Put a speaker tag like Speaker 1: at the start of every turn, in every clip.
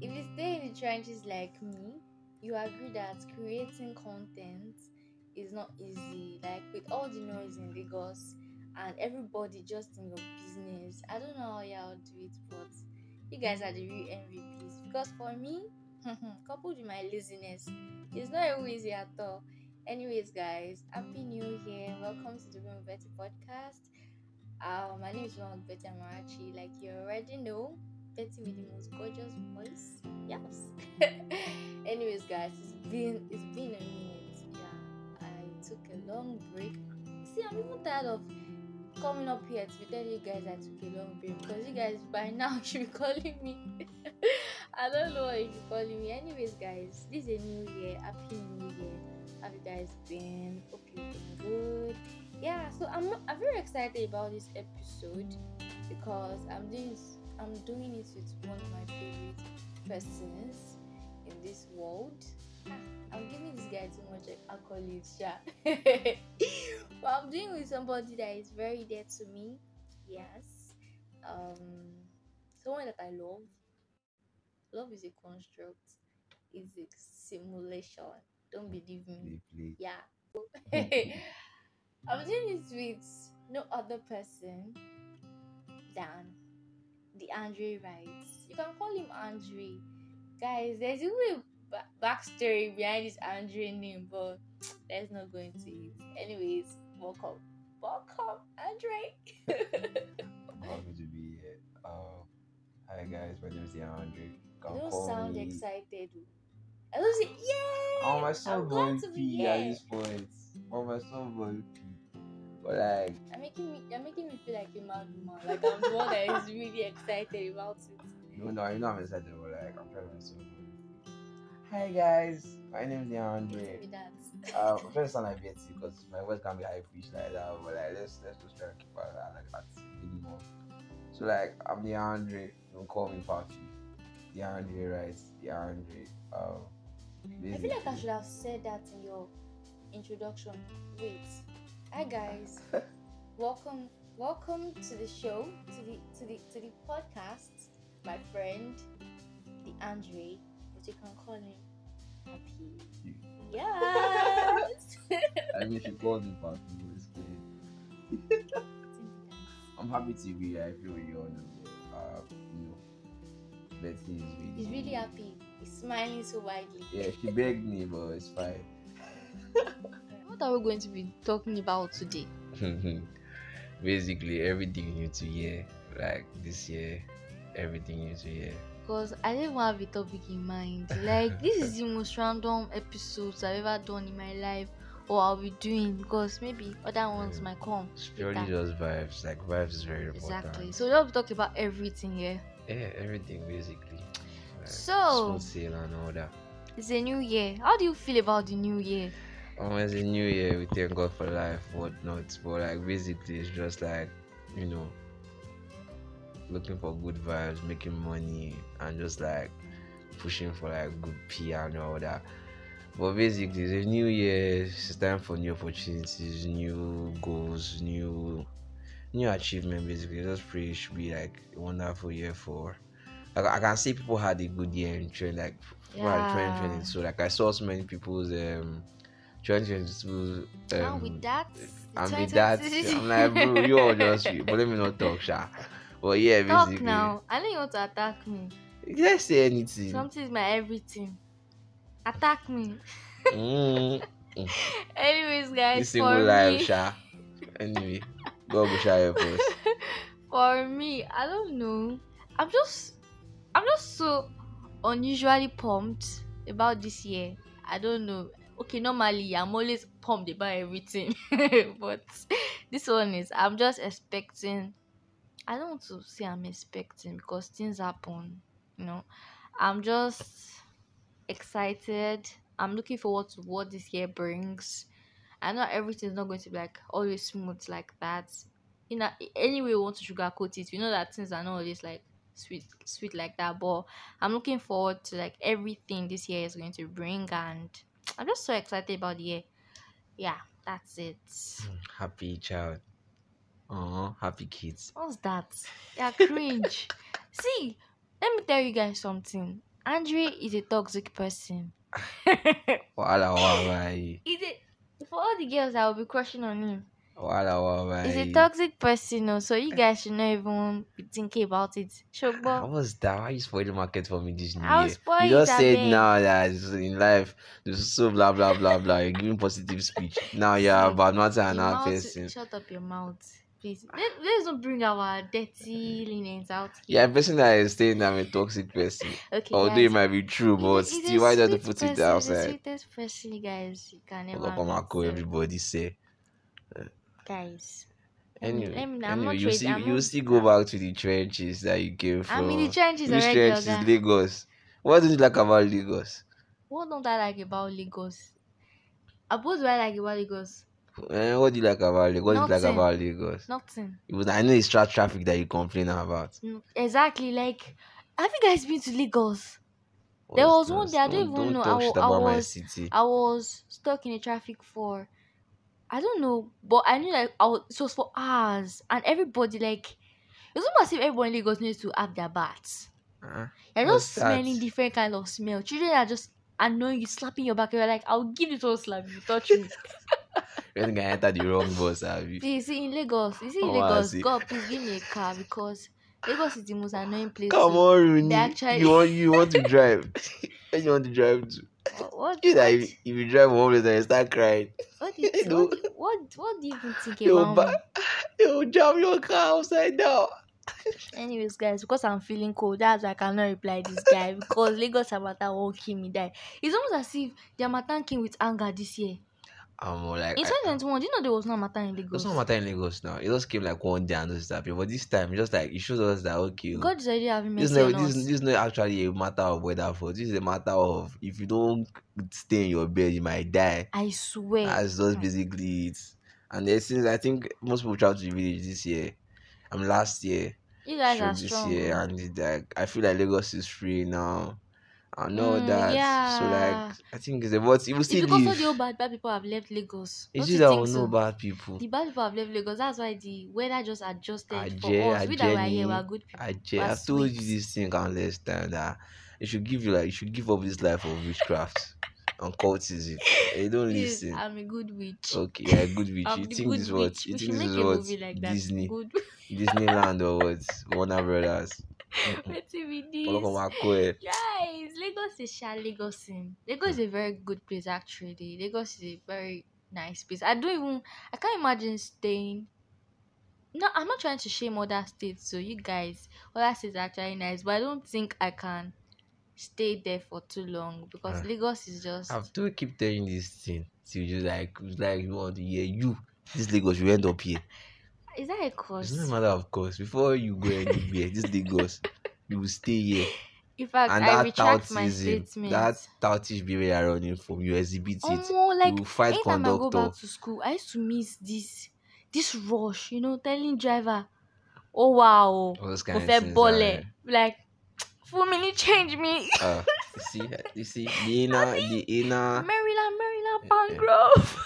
Speaker 1: If you stay in the trenches like me, you agree that creating content is not easy. Like with all the noise in Lagos and everybody just in your business. I don't know how y'all do it, but you guys are the real MVPs. Because for me, coupled with my laziness, it's not even easy at all. Anyways, guys, happy new year. Welcome to the Room Betty podcast. Uh, my name is Ron Betty Amarachi. Like you already know, Betty with the most gorgeous voice. Yes. Anyways, guys, it's been it's been a minute. Yeah, I took a long break. See, I'm even tired of coming up here to tell you guys I took a long break because you guys by now should be calling me. I don't know what you're calling me. Anyways, guys, this is a new year. Happy New Year. How you guys been? Hope you've been good. Yeah, so I'm I'm very excited about this episode because I'm doing s- I'm doing it with one of my favorite persons in this world. Ah, I'm giving this guy too much accolades, yeah. but I'm doing with somebody that is very dear to me. Yes. Um someone that I love. Love is a construct, it's a simulation. Don't believe me.
Speaker 2: Play, play.
Speaker 1: Yeah.
Speaker 2: Mm-hmm.
Speaker 1: I'm doing this with no other person than the Andre writes. You can call him Andre. Guys, there's even a ba- backstory behind this Andre name, but let's not go into it. Anyways, welcome. Welcome, Andre.
Speaker 2: I'm happy to be here. Um, hi guys, my name is DeAndre. Come
Speaker 1: you don't
Speaker 2: call
Speaker 1: sound
Speaker 2: me.
Speaker 1: excited. I don't say,
Speaker 2: Oh,
Speaker 1: yay!
Speaker 2: my
Speaker 1: I'm
Speaker 2: son boy
Speaker 1: glad to be
Speaker 2: P at
Speaker 1: here.
Speaker 2: this point. Oh, my son boy P. But like,
Speaker 1: You're making me, you're making me feel like a mad woman. Like I'm the one that is really excited about it.
Speaker 2: no, no, you know I'm excited, but like, I'm trying to be so good. Hi guys, my name is DeAndre.
Speaker 1: With that.
Speaker 2: Um, I'm trying to sound like Betty because my voice can't be high pitched like that, but like, let's let's just try to keep it at, like at minimum. So like, I'm DeAndre. Don't call me Papi. DeAndre writes DeAndre. Um,
Speaker 1: I feel like I
Speaker 2: basically.
Speaker 1: should have said that in your introduction. Wait. Hi guys. Welcome welcome to the show, to the to the to the podcast, my friend, the Andre, but you can call him Happy.
Speaker 2: You-
Speaker 1: Yes.
Speaker 2: I wish you called me back. you know, it's good. I'm happy to be here. I feel really honored. yeah. Uh, you know, Betty is really.
Speaker 1: He's really happy. He's smiling so widely.
Speaker 2: Yeah, she begged me, but it's fine.
Speaker 1: What are we going to be talking about today?
Speaker 2: Basically, everything new to year, like this year, everything new to year.
Speaker 1: Because I didn't have a topic in mind. Like, this is the most random episodes I've ever done in my life, or I'll be doing because maybe other ones
Speaker 2: Mm.
Speaker 1: might come.
Speaker 2: It's
Speaker 1: purely Later.
Speaker 2: just vibes. Like vibes is very
Speaker 1: Exactly. So, we'll talk about everything here.
Speaker 2: yeah, everything basically.
Speaker 1: So,
Speaker 2: sale and all that.
Speaker 1: it's a new year. How do you feel about the new year?
Speaker 2: Um, it's a new year. We thank God for life, whatnot. But like, basically, it's just like, you know, looking for good vibes, making money, and just like pushing for like good PR and all that. But basically, it's a new year. It's time for new opportunities, new goals, new new achievement. Basically, just pray it should be like a wonderful year for. Like, I can see people had a good year in trend, like people had
Speaker 1: Yeah.
Speaker 2: 2022. Like I saw so many people's um 2022
Speaker 1: and with
Speaker 2: um
Speaker 1: that,
Speaker 2: and with that, I'm like, bro, you all just, but let me not talk, sha. But yeah,
Speaker 1: Talk
Speaker 2: basically,
Speaker 1: now. I know you want to attack me.
Speaker 2: let's say anything.
Speaker 1: Something is my everything. Attack me.
Speaker 2: Mm,
Speaker 1: Anyways, guys,
Speaker 2: this
Speaker 1: for
Speaker 2: single life,
Speaker 1: me,
Speaker 2: sha. Anyway, God will shall help us.
Speaker 1: for me, I don't know. I'm just, I'm just so unusually pumped about this year. I don't know. Okay, normally I'm always pumped about everything, but this one is I'm just expecting. I don't want to say I'm expecting because things happen. You know, I'm just excited. I'm looking forward to what this year brings. I know everything's not going to be like always smooth like that. You know, any way we want to sugarcoat it, we know that things are not always like sweet, sweet like that. But I'm looking forward to like everything this year is going to bring, and I'm just so excited about the year. Yeah, that's it.
Speaker 2: Happy child. Uh-huh. Happy kids.
Speaker 1: What's that? Yeah, cringe. See, let me tell you guys something. Andre is a toxic person.
Speaker 2: Wala wallahi.
Speaker 1: Is it for all the girls that will be crushing on him?
Speaker 2: Wala wallahi.
Speaker 1: He's a toxic person, oh, so you guys should not even be thinking about it.
Speaker 2: Ah,
Speaker 1: Shogbo,
Speaker 2: what's that? Why you spoil the market for me this new
Speaker 1: I'll
Speaker 2: year?
Speaker 1: spoil
Speaker 2: Ah, you
Speaker 1: it,
Speaker 2: just said
Speaker 1: abeg.
Speaker 2: now that it's in life, there's so blah blah blah blah. You're giving positive speech. Now you're
Speaker 1: See,
Speaker 2: about not
Speaker 1: your
Speaker 2: another
Speaker 1: mouth-
Speaker 2: person.
Speaker 1: shut up your mouth, please. Let, let's not bring our dirty linens out.
Speaker 2: Yeah,
Speaker 1: here.
Speaker 2: a person that is saying I'm a toxic person.
Speaker 1: Okay,
Speaker 2: Although
Speaker 1: guys.
Speaker 2: it might be true,
Speaker 1: He's a-
Speaker 2: but
Speaker 1: he's a
Speaker 2: still, why just
Speaker 1: sweet
Speaker 2: put
Speaker 1: person,
Speaker 2: it
Speaker 1: he's the
Speaker 2: outside?
Speaker 1: sweetest person you guys you can ever
Speaker 2: Look on my
Speaker 1: meet,
Speaker 2: call,
Speaker 1: so,
Speaker 2: everybody say.
Speaker 1: guys. Let me-
Speaker 2: Anyway,
Speaker 1: let me- I'm
Speaker 2: anyway,
Speaker 1: not
Speaker 2: you
Speaker 1: trade-
Speaker 2: see,
Speaker 1: I'm
Speaker 2: you
Speaker 1: not-
Speaker 2: see, go back to the trenches that you came from.
Speaker 1: I'm in the trenches
Speaker 2: Which
Speaker 1: already,
Speaker 2: trenches?
Speaker 1: Oga.
Speaker 2: Lagos. What do you like about Lagos?
Speaker 1: What don't I like about Lagos? Uh, What do I like about Lagos?
Speaker 2: Eh, what do you like about Lagos? What do you like
Speaker 1: Nothing.
Speaker 2: about Lagos?
Speaker 1: Nothing.
Speaker 2: It was, I know it's tra- traffic that you complain about.
Speaker 1: Mm, Exactly. Like, have you guys been to Lagos? There was
Speaker 2: What's
Speaker 1: one
Speaker 2: that?
Speaker 1: day, I don't even know,
Speaker 2: Don't
Speaker 1: I
Speaker 2: talk
Speaker 1: wa-
Speaker 2: shit
Speaker 1: I
Speaker 2: about my
Speaker 1: was-
Speaker 2: city.
Speaker 1: I was stuck in the traffic for, I don't know, but I knew like I was, it was for hours, and everybody like, it's almost as if everyone in Lagos needs to have their baths.
Speaker 2: Uh,
Speaker 1: You're
Speaker 2: What's
Speaker 1: just smelling
Speaker 2: that?
Speaker 1: different kind of smell. Children are just annoying you, slapping your back. You're like, I'll give you one slap if you touch me.
Speaker 2: you think I entered the wrong bus, have you?
Speaker 1: Please, see in Lagos, you see in
Speaker 2: Oh, I
Speaker 1: Lagos,
Speaker 2: see.
Speaker 1: God, please give me a car because Lagos is the most annoying place.
Speaker 2: Come
Speaker 1: to-
Speaker 2: on, Rooney.
Speaker 1: actually-
Speaker 2: You want you want to drive? Where you want to drive to?
Speaker 1: What? What?
Speaker 2: You know,
Speaker 1: what?
Speaker 2: if, if you drive one place and you start crying,
Speaker 1: What do you
Speaker 2: You
Speaker 1: think?
Speaker 2: know?
Speaker 1: What, do you, what, what do you even think
Speaker 2: Yo,
Speaker 1: about
Speaker 2: ba-
Speaker 1: me?
Speaker 2: it will jam your car upside down.
Speaker 1: Anyways, guys, because I'm feeling cold, that's why I cannot reply this guy because Lagos Amata won't kill me. Die. It's almost as if the Amatan came with anger this year.
Speaker 2: I'm more like.
Speaker 1: In
Speaker 2: I-
Speaker 1: 2021, do you know there was no Amatan in
Speaker 2: It's
Speaker 1: Lagos?
Speaker 2: not matter in Lagos now. It just came like one day and just happened. But this time, it just like it shows us that okay, oh,
Speaker 1: God is already having
Speaker 2: this
Speaker 1: mercy
Speaker 2: is not
Speaker 1: on
Speaker 2: this,
Speaker 1: us.
Speaker 2: is- this is not actually a matter of weather for this is a matter of if you don't stay in your bed you might die
Speaker 1: I swear.
Speaker 2: that's just
Speaker 1: Hmm.
Speaker 2: basically it and then since i think most people travel to the village this year i mean last year
Speaker 1: you guys
Speaker 2: sure
Speaker 1: are
Speaker 2: this
Speaker 1: strong.
Speaker 2: year
Speaker 1: oh.
Speaker 2: and it's like i feel like lagos is free now and all
Speaker 1: Mm,
Speaker 2: that so
Speaker 1: yeah.
Speaker 2: like i think it's about it will
Speaker 1: It's
Speaker 2: still
Speaker 1: because all
Speaker 2: leave
Speaker 1: the old bad, bad people have left Lagos.
Speaker 2: it's
Speaker 1: Don't
Speaker 2: just
Speaker 1: you
Speaker 2: that
Speaker 1: think
Speaker 2: we know
Speaker 1: so?
Speaker 2: bad people
Speaker 1: The bad people have left Lagos. That's why the weather just adjusted for
Speaker 2: Ajay,
Speaker 1: us. We that were here,
Speaker 2: Ajay,
Speaker 1: were good people.
Speaker 2: Ajay,
Speaker 1: We're
Speaker 2: I've told
Speaker 1: sweet.
Speaker 2: you this thing countless time that you should give you like you should give up this life of witchcraft and cultism. You don't
Speaker 1: Please,
Speaker 2: listen.
Speaker 1: I'm a good witch.
Speaker 2: Okay, yeah, good witch. You
Speaker 1: I'm the
Speaker 2: think
Speaker 1: good
Speaker 2: this what?
Speaker 1: witch.
Speaker 2: You
Speaker 1: We
Speaker 2: think
Speaker 1: should
Speaker 2: this
Speaker 1: make
Speaker 2: is
Speaker 1: a
Speaker 2: what?
Speaker 1: movie like that.
Speaker 2: Disney,
Speaker 1: Good.
Speaker 2: Disneyland or what? Warner Brothers. Mm-mm.
Speaker 1: Let me be
Speaker 2: Olokan
Speaker 1: this.
Speaker 2: Makwe.
Speaker 1: Guys, Lagos is sha Lagos in. Lagos is a very good place actually. Lagos is a very nice place. I don't even I can't imagine staying. No, I'm not trying to shame other states, so you guys, other states are actually nice, but I don't think I can stay there for too long because
Speaker 2: Ah.
Speaker 1: Lagos is just
Speaker 2: I've told keep telling this thing. So you just like it's like you want to hear you. This Lagos, you end up here.
Speaker 1: is that a
Speaker 2: It's not a
Speaker 1: curse?
Speaker 2: matter of course. Before you go anywhere, this Lagos, you will stay here.
Speaker 1: In fact,
Speaker 2: and
Speaker 1: I
Speaker 2: that
Speaker 1: retract my
Speaker 2: toutism,
Speaker 1: statement.
Speaker 2: that toutish behavior you're running from, you exhibit it.
Speaker 1: Omo,
Speaker 2: You
Speaker 1: Oh, like
Speaker 2: will fight
Speaker 1: anytime I go
Speaker 2: conductor.
Speaker 1: back to school, I used to miss this this rush, you know, telling driver, oh wow, o,
Speaker 2: All those
Speaker 1: mo
Speaker 2: kind of
Speaker 1: fẹ́
Speaker 2: things.
Speaker 1: bọ́lẹ̀,
Speaker 2: And,
Speaker 1: like fún mi ní change mi.
Speaker 2: uh, you see, you see, the inner, the inner.
Speaker 1: Maryland, Maryland,
Speaker 2: Ah. eh,
Speaker 1: Pangrove.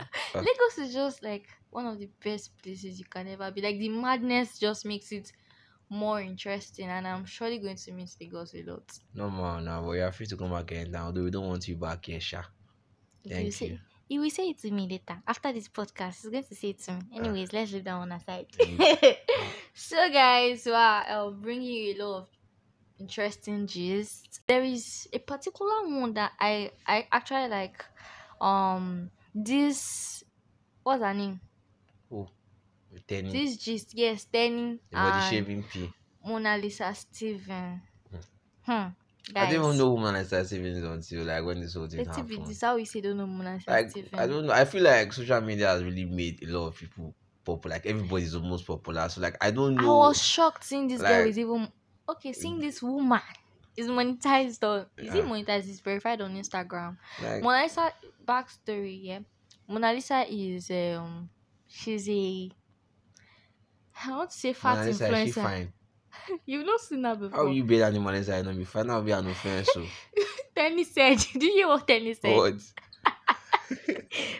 Speaker 2: uh,
Speaker 1: Lagos is just like one of the best places you can ever be. Like the madness just makes it more interesting, and I'm surely going to miss Lagos a lot.
Speaker 2: no more now, but you're free to come back anytime. Although we don't want you back here, Sha.
Speaker 1: He will
Speaker 2: Thank
Speaker 1: say
Speaker 2: you.
Speaker 1: he will say it to me later after this podcast. He's going to say it to me.
Speaker 2: Ah.
Speaker 1: Anyways, let's leave that one aside.
Speaker 2: Mm.
Speaker 1: so, guys, wow, I'll bring you a lot of interesting gist. There is a particular one that I I actually like. Um, this what's her name?
Speaker 2: Oh, you're telling me.
Speaker 1: This gist, yes, Danny
Speaker 2: The body
Speaker 1: and
Speaker 2: shaving pee.
Speaker 1: Mona Lisa Steven.
Speaker 2: Mm.
Speaker 1: Hmm,
Speaker 2: I didn't even
Speaker 1: guys,
Speaker 2: know woman I started savings until like when this whole thing
Speaker 1: little bit
Speaker 2: happened.
Speaker 1: this how we say don't know Mona Lisa
Speaker 2: like
Speaker 1: Steven.
Speaker 2: I don't know. I feel like social media has really made a lot of people popular. Like everybody's almost popular. So like I don't
Speaker 1: I
Speaker 2: know.
Speaker 1: was shocked seeing this girl
Speaker 2: Like mm.
Speaker 1: is even okay. Seeing this woman is monetized on is it
Speaker 2: uh,
Speaker 1: monetized? Is verified on Instagram.
Speaker 2: like
Speaker 1: Mona Lisa backstory, yeah. Mona Lisa is um she's a I want to say fat
Speaker 2: Mona Lisa, is she
Speaker 1: influencer.
Speaker 2: fine?
Speaker 1: You've not seen her
Speaker 2: How will
Speaker 1: before.
Speaker 2: you be an Mona Lisa? and not be fine. I'll be an offense. So
Speaker 1: Tenny said, "Do you hear what Tenny said?"
Speaker 2: what?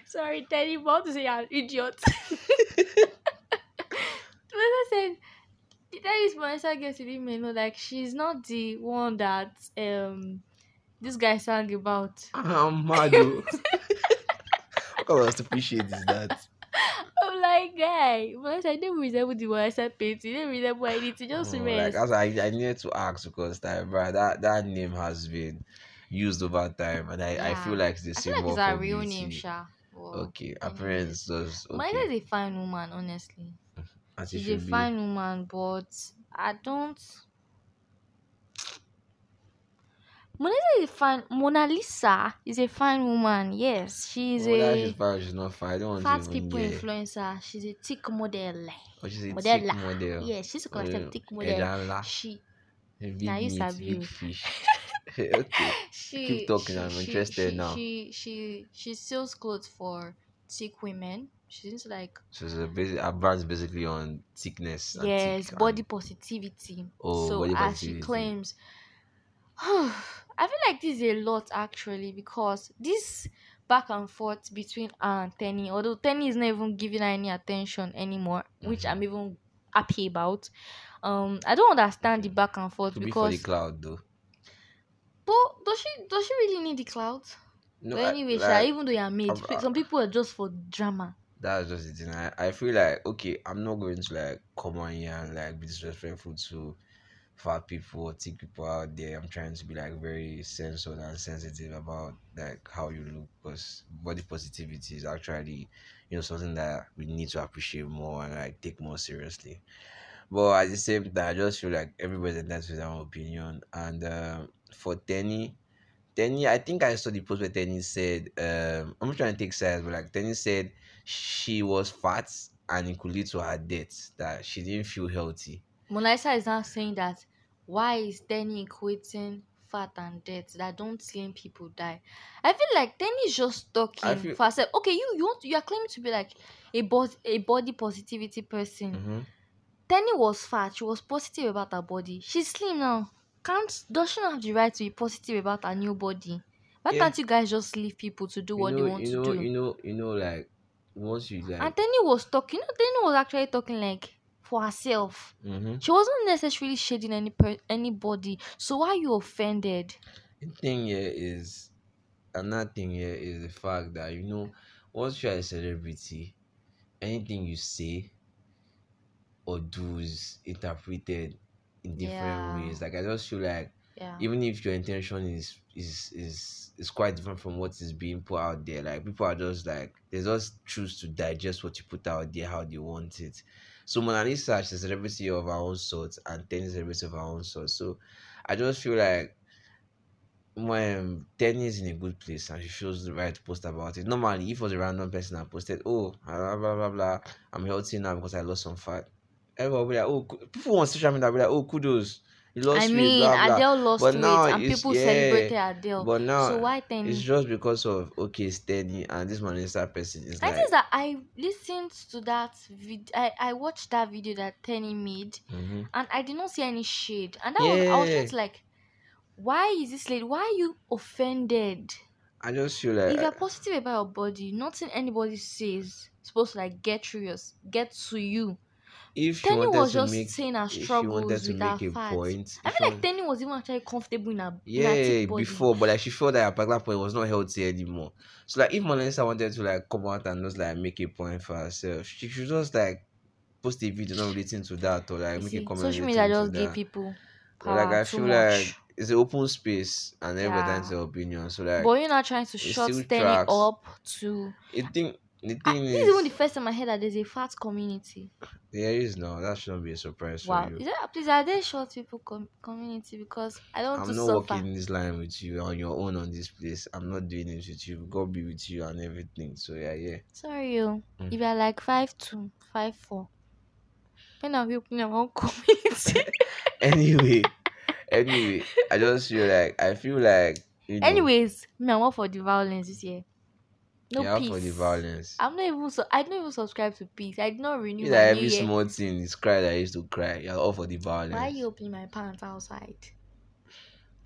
Speaker 1: Sorry, Tenny, but I want to say you're an idiot. Mona said, You tell this Marissa girl to leave me alone. Like she's not the one that um this guy sang about.
Speaker 2: I'm mad. oh. what kind of stupid shit is that?
Speaker 1: I'm like, guy, Marissa, I don't resemble the one I said painting. You don't resemble anything. Just
Speaker 2: Oh, like
Speaker 1: rest.
Speaker 2: that's why I, I needed to ask because like, bruh, that that name has been used over time, and I, I feel
Speaker 1: Yeah.
Speaker 2: like it's the
Speaker 1: I feel
Speaker 2: same
Speaker 1: like it's
Speaker 2: for
Speaker 1: her real
Speaker 2: beauty.
Speaker 1: name, Sha. Wow.
Speaker 2: Okay, her
Speaker 1: Anyways.
Speaker 2: parents just okay.
Speaker 1: Marissa is a fine woman, honestly.
Speaker 2: as it
Speaker 1: She's a
Speaker 2: should be.
Speaker 1: fine woman, but I don't. Mona Lisa is a fine. Mona Lisa is a fine woman. Yes, she is
Speaker 2: Oh, that she's
Speaker 1: a
Speaker 2: fine, she's not fine. I don't want to
Speaker 1: fat
Speaker 2: even
Speaker 1: people
Speaker 2: hear.
Speaker 1: influencer. She's a thick model.
Speaker 2: Oh, she's a
Speaker 1: Model.
Speaker 2: thick model.
Speaker 1: Yeah, she's a
Speaker 2: Oh,
Speaker 1: thick model.
Speaker 2: Ẹja ńlá,
Speaker 1: She,
Speaker 2: a big
Speaker 1: Now you
Speaker 2: meat,
Speaker 1: sabi
Speaker 2: big
Speaker 1: you.
Speaker 2: fish. okay.
Speaker 1: she,
Speaker 2: talking,
Speaker 1: she-
Speaker 2: I'm
Speaker 1: she-
Speaker 2: interested
Speaker 1: she,
Speaker 2: now.
Speaker 1: She, she, she sells clothes for thick women. She's like
Speaker 2: So it's a basic, her brand's basically on thickness. And
Speaker 1: yes,
Speaker 2: thick and-
Speaker 1: body positivity.
Speaker 2: oh,
Speaker 1: so
Speaker 2: body
Speaker 1: as she
Speaker 2: positivity.
Speaker 1: claims I feel like this is a lot actually because this back and forth between her and Tenny, although Tenny is not even giving her any attention anymore, which
Speaker 2: Mhm.
Speaker 1: I'm even happy about. Um, I don't understand the back and forth
Speaker 2: Could be for the
Speaker 1: because
Speaker 2: cloud though.
Speaker 1: but does she does she really need the clout?
Speaker 2: No,
Speaker 1: but
Speaker 2: I-
Speaker 1: anyway, Sha,
Speaker 2: like, uh,
Speaker 1: even though you're made,
Speaker 2: I've- I-
Speaker 1: some people are just for drama.
Speaker 2: that's just the thing. I, I feel like okay, I'm not going to like come on here and like be disrespectful to fat people or thick people out there. I'm trying to be like very sensitive and sensitive about like how you look because body positivity is actually you know something that we need to appreciate more and like take more seriously. But at the same time, I just feel like everybody's entitled to their own opinion. And um for Tenny, Tenny, I think I saw the post where Tenny said, um, I'm not trying to take sides, but like Tenny said she was fat and it could lead to her death, that she didn't feel healthy.
Speaker 1: Mona Lisa is now saying that why is Tenny equating fat and death that don't slim people die? I feel like Tenny is just
Speaker 2: I
Speaker 1: talking
Speaker 2: feel.
Speaker 1: for herself. Okay, you you want you are claiming to be like a body a body positivity person.
Speaker 2: Mhm.
Speaker 1: Tenny was fat. She was positive about her body. She's slim now. Can't does she not have the right to be positive about her new body? Why
Speaker 2: Yeah.
Speaker 1: can't you guys just leave people to do
Speaker 2: you
Speaker 1: what they
Speaker 2: know,
Speaker 1: want
Speaker 2: you
Speaker 1: to
Speaker 2: know,
Speaker 1: do?
Speaker 2: you know, you know, like once you
Speaker 1: And
Speaker 2: like,
Speaker 1: Tenny was talking. You know, Tenny was actually talking like for herself.
Speaker 2: mm-hmm.
Speaker 1: She wasn't necessarily shading any per- anybody. So why are you offended?
Speaker 2: the thing here is another thing here is the fact that you know, once you are a celebrity, anything you say or do is interpreted in different
Speaker 1: Yeah,
Speaker 2: ways. Like I just feel like
Speaker 1: yeah,
Speaker 2: even if your intention is is is is quite different from what is being put out there, like people are just like they just choose to digest what you put out there how they want it. So Mona Lisa she's a celebrity of her own sort and Tenny is a celebrity of her own sort. So I just feel like when Tenny is in a good place and she feels the right to post about it. Normally, if it was a random person that posted, oh, blah, blah, blah, blah, I'm healthy now because I lost some fat. Everyone will be like, oh, ku- people on social media will be like, oh, kudos, you
Speaker 1: I
Speaker 2: lost weight,
Speaker 1: mean,
Speaker 2: blah, blah.
Speaker 1: Adele lost
Speaker 2: But
Speaker 1: weight
Speaker 2: now
Speaker 1: and
Speaker 2: it's,
Speaker 1: people
Speaker 2: yeah,
Speaker 1: celebrated Adele.
Speaker 2: but
Speaker 1: So
Speaker 2: now
Speaker 1: why
Speaker 2: it's
Speaker 1: Tenny?
Speaker 2: just because of, okay, it's Tenny and this Manchester person is
Speaker 1: I think
Speaker 2: like,
Speaker 1: that I listened to that vid. I, I watched that video that Tenny made,
Speaker 2: hmm
Speaker 1: and I did not see any shade. And that was I was
Speaker 2: yeah.
Speaker 1: just like, why is this lady? Why are you offended?
Speaker 2: I just feel
Speaker 1: If you're
Speaker 2: like,
Speaker 1: positive about your body, nothing anybody says is supposed to like get through your, s- get to you.
Speaker 2: if she
Speaker 1: Tenny
Speaker 2: wanted
Speaker 1: was
Speaker 2: to
Speaker 1: just
Speaker 2: make,
Speaker 1: saying her
Speaker 2: if she wanted
Speaker 1: struggles
Speaker 2: to
Speaker 1: with her
Speaker 2: make a
Speaker 1: fat.
Speaker 2: point,
Speaker 1: I feel
Speaker 2: if
Speaker 1: like
Speaker 2: she wanted,
Speaker 1: Tenny was even actually comfortable in her in her
Speaker 2: Yeah,
Speaker 1: thick body.
Speaker 2: before, but like she felt that her particular point was not healthy anymore. So like, if Melissa wanted to like come out and just like make a point for herself, she should just like post a video not relating to that or like
Speaker 1: You
Speaker 2: make a
Speaker 1: see,
Speaker 2: comment
Speaker 1: social media
Speaker 2: relating to
Speaker 1: just give
Speaker 2: that.
Speaker 1: people
Speaker 2: But like
Speaker 1: power
Speaker 2: I
Speaker 1: too
Speaker 2: feel like
Speaker 1: much.
Speaker 2: it's an open space and everybody can
Speaker 1: Yeah.
Speaker 2: their opinion. So like
Speaker 1: But you're not trying to
Speaker 2: it
Speaker 1: shut
Speaker 2: still
Speaker 1: Tenny
Speaker 2: tracks.
Speaker 1: up to
Speaker 2: The thing, the
Speaker 1: I,
Speaker 2: thing
Speaker 1: this is even the
Speaker 2: is,
Speaker 1: first time I heard that there's a fat community.
Speaker 2: there is no that shouldn't be a surprise for
Speaker 1: Wow.
Speaker 2: you.
Speaker 1: Is that please are there short people com- community because I don't want to
Speaker 2: I'm not
Speaker 1: suffer.
Speaker 2: walking this line with you on your own on this place. I'm not doing it with you. God be with you and everything. So yeah, yeah.
Speaker 1: Sorry you.
Speaker 2: Mm.
Speaker 1: If you're like five two, five four. When have you been in our own community?
Speaker 2: anyway, anyway, I just feel like I feel like you know
Speaker 1: Anyways, me, I'm all for the violence this year. No
Speaker 2: you're out for the
Speaker 1: peace.
Speaker 2: violence.
Speaker 1: I'm not even so I don't even subscribe to peace. I did not renew
Speaker 2: You
Speaker 1: my
Speaker 2: like
Speaker 1: new
Speaker 2: every
Speaker 1: year.
Speaker 2: small thing is cry that I used to cry. You're all for the
Speaker 1: Why you
Speaker 2: violence.
Speaker 1: opening my pants outside?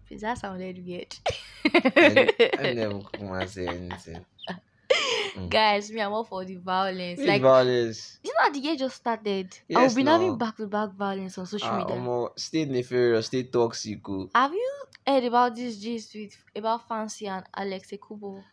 Speaker 1: Please, that sounded weird.
Speaker 2: I I never come and say anything. Mm.
Speaker 1: Guys, me, I'm all for the violence.
Speaker 2: This
Speaker 1: Like,
Speaker 2: violence.
Speaker 1: you know, how the year just started.
Speaker 2: Yes,
Speaker 1: I've been
Speaker 2: now.
Speaker 1: having back to back violence on social
Speaker 2: Ah,
Speaker 1: media.
Speaker 2: omo, stay nefarious, stay toxic. oh.
Speaker 1: Have you heard about this gist with about Fancy and Alex Ekubo?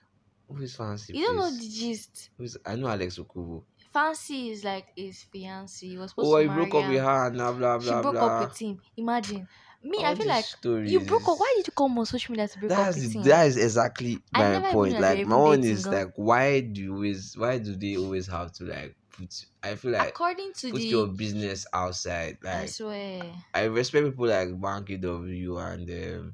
Speaker 2: Who is fancy?
Speaker 1: You don't know
Speaker 2: please?
Speaker 1: the gist.
Speaker 2: Who is, I know Alex Okubo.
Speaker 1: Fancy is like his fiancée. He was supposed
Speaker 2: Oh,
Speaker 1: to
Speaker 2: he
Speaker 1: marry
Speaker 2: broke up with
Speaker 1: her.
Speaker 2: her and blah blah
Speaker 1: she
Speaker 2: blah
Speaker 1: broke
Speaker 2: blah.
Speaker 1: up with him. Imagine. Me,
Speaker 2: All
Speaker 1: I feel
Speaker 2: these
Speaker 1: like
Speaker 2: stories
Speaker 1: you broke up.
Speaker 2: is-
Speaker 1: Why did you come on social media to break up
Speaker 2: That's
Speaker 1: with
Speaker 2: the,
Speaker 1: him?
Speaker 2: that is exactly
Speaker 1: I
Speaker 2: my
Speaker 1: never even
Speaker 2: point.
Speaker 1: know
Speaker 2: Like
Speaker 1: they're
Speaker 2: my
Speaker 1: even
Speaker 2: own
Speaker 1: dating,
Speaker 2: is
Speaker 1: girl.
Speaker 2: like why do you always why do they always have to like put I feel like
Speaker 1: According to
Speaker 2: put
Speaker 1: the
Speaker 2: your business outside.
Speaker 1: I
Speaker 2: Like
Speaker 1: swear.
Speaker 2: I respect people like Banky W and um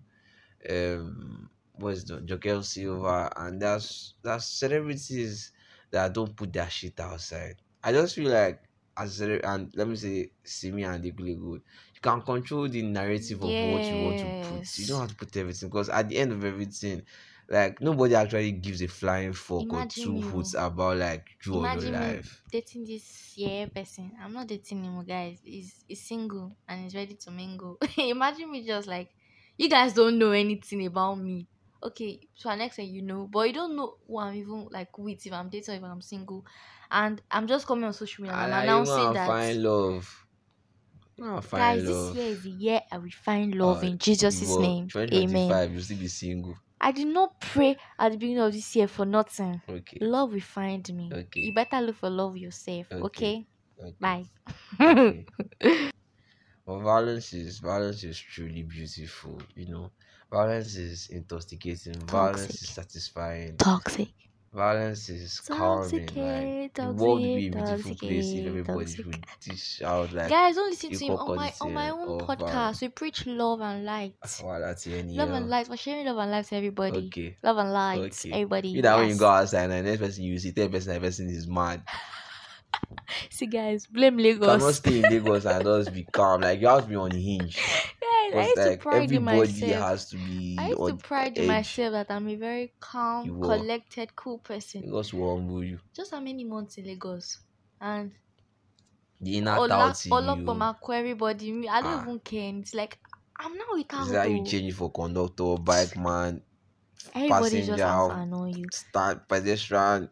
Speaker 2: um what's the Jokel Silva and that's that's celebrities that don't put that shit outside. I just feel like as cele- and let me say Simi and Igulego, you can control the narrative of what you want to put. You
Speaker 1: Yes.
Speaker 2: don't have to put everything because at the end of everything, like nobody actually gives a flying fuck or
Speaker 1: Imagine
Speaker 2: two
Speaker 1: you.
Speaker 2: hoots about like you or your
Speaker 1: Imagine me
Speaker 2: life.
Speaker 1: dating this yeah person. I'm not dating him, guys. He's, he's single and he's ready to mingle. Imagine me just like, you guys don't know anything about me. Okay, so our next thing you know, but you don't know who I'm even like with, if I'm dating or if I'm single. And I'm just coming on social media and I'm
Speaker 2: And like, you
Speaker 1: announcing
Speaker 2: gonna
Speaker 1: that,
Speaker 2: find love. You gonna
Speaker 1: guys,
Speaker 2: find
Speaker 1: this
Speaker 2: love.
Speaker 1: year is the year I will find love
Speaker 2: Uh,
Speaker 1: in Jesus'
Speaker 2: well,
Speaker 1: name. Amen.
Speaker 2: 2025, you still be single.
Speaker 1: I did not pray at the beginning of this year for nothing.
Speaker 2: Okay,
Speaker 1: Love will find me.
Speaker 2: okay,
Speaker 1: You better look for love yourself,
Speaker 2: okay,
Speaker 1: okay?
Speaker 2: okay,
Speaker 1: Bye.
Speaker 2: okay. But violence is violence is truly beautiful, you know. Violence is intoxicating. Violence is
Speaker 1: toxic,
Speaker 2: satisfying.
Speaker 1: toxic,
Speaker 2: Violence is calming. Like
Speaker 1: toxicate,
Speaker 2: the world
Speaker 1: toxic,
Speaker 2: would be a beautiful place if
Speaker 1: toxicate,
Speaker 2: everybody
Speaker 1: toxic.
Speaker 2: would dish out like
Speaker 1: Guys, don't listen to him
Speaker 2: equal
Speaker 1: on my on my
Speaker 2: quantity
Speaker 1: own
Speaker 2: of
Speaker 1: podcast.
Speaker 2: violence.
Speaker 1: We preach love and light,
Speaker 2: Well, that's
Speaker 1: love and
Speaker 2: anyhow.
Speaker 1: light. We're sharing love and light to everybody.
Speaker 2: Okay,
Speaker 1: Love and light,
Speaker 2: okay. You
Speaker 1: everybody.
Speaker 2: know when you go
Speaker 1: Yes.
Speaker 2: outside and the next person you see, third person, that person is mad.
Speaker 1: See, guys, blame
Speaker 2: you cannot
Speaker 1: Lagos.
Speaker 2: stay in Lagos and just be calm. Like you have to be on hinge.
Speaker 1: Guys, I
Speaker 2: Cause
Speaker 1: used to
Speaker 2: like
Speaker 1: pride in
Speaker 2: everybody
Speaker 1: myself.
Speaker 2: has to
Speaker 1: I
Speaker 2: be
Speaker 1: used to
Speaker 2: on
Speaker 1: pride in
Speaker 2: edge.
Speaker 1: myself that I'm a very calm,
Speaker 2: You are
Speaker 1: collected, cool person.
Speaker 2: Lagos will humble you.
Speaker 1: Just how many months in Lagos? And
Speaker 2: The inner
Speaker 1: Ola
Speaker 2: thought in you.
Speaker 1: Olopamako, everybody, me, I don't
Speaker 2: Ah,
Speaker 1: even care. And It's like I'm not
Speaker 2: is
Speaker 1: without
Speaker 2: that you
Speaker 1: though.
Speaker 2: change it for conductor, bike man,
Speaker 1: Everybody just
Speaker 2: passenger,
Speaker 1: out to annoy you.
Speaker 2: stand pedestrian,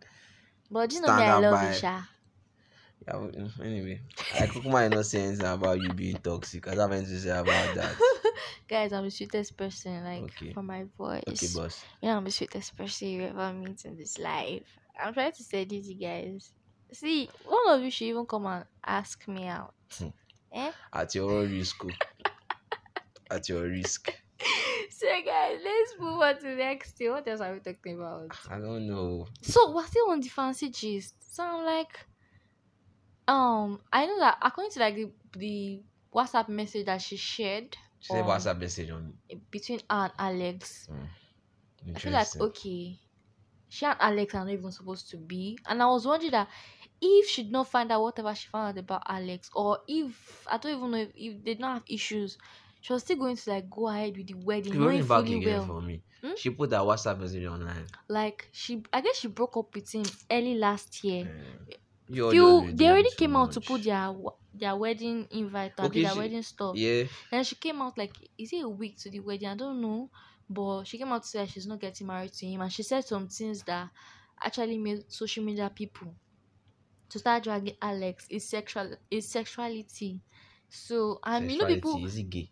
Speaker 1: But you know me, I
Speaker 2: stand
Speaker 1: love you,
Speaker 2: by.
Speaker 1: Sha.
Speaker 2: Yeah, well, mm, anyway, I cook my innocence about you being toxic. I don't have anything to say about that.
Speaker 1: Guys, I'm the sweetest person, like
Speaker 2: Okay,
Speaker 1: for my
Speaker 2: okay,
Speaker 1: voice.
Speaker 2: boss.
Speaker 1: You know, I'm the sweetest person you ever meet in this life. I'm trying to say this, you guys. See, one of you should even come and ask me out.
Speaker 2: Hmm.
Speaker 1: Eh?
Speaker 2: At your own risk, oh. at your risk.
Speaker 1: so, guys, let's move on to next thing. What else are we talking about?
Speaker 2: I don't know.
Speaker 1: So, we're still on the fancy gist. So, I'm like, um i know that according to like the, the whatsapp message that she shared
Speaker 2: She said
Speaker 1: on
Speaker 2: WhatsApp message on.
Speaker 1: between her and alex
Speaker 2: Mm,
Speaker 1: i feel like
Speaker 2: interesting.
Speaker 1: okay she and alex are not even supposed to be and i was wondering that if she did not find out whatever she found out about alex or if i don't even know if, if they did not have issues she was still going to like go ahead with the wedding knowing
Speaker 2: Going back
Speaker 1: fully
Speaker 2: again
Speaker 1: well
Speaker 2: for me,
Speaker 1: hmm?
Speaker 2: she put that WhatsApp message online.
Speaker 1: like she i guess she broke up with him early last year
Speaker 2: Um, you all just
Speaker 1: Eh. few
Speaker 2: been
Speaker 1: they
Speaker 2: doing
Speaker 1: already
Speaker 2: too
Speaker 1: came out to put
Speaker 2: much.
Speaker 1: their wa- their wedding invite and do
Speaker 2: Okay,
Speaker 1: their
Speaker 2: she,
Speaker 1: wedding stuff
Speaker 2: yeah,
Speaker 1: then she came out like is it a week to the wedding i don't know but she came out to say that she's not getting married to him and she said some things that actually made social media people to start dragging alex is sexual is sexuality so and you know people
Speaker 2: sexuality is it gay?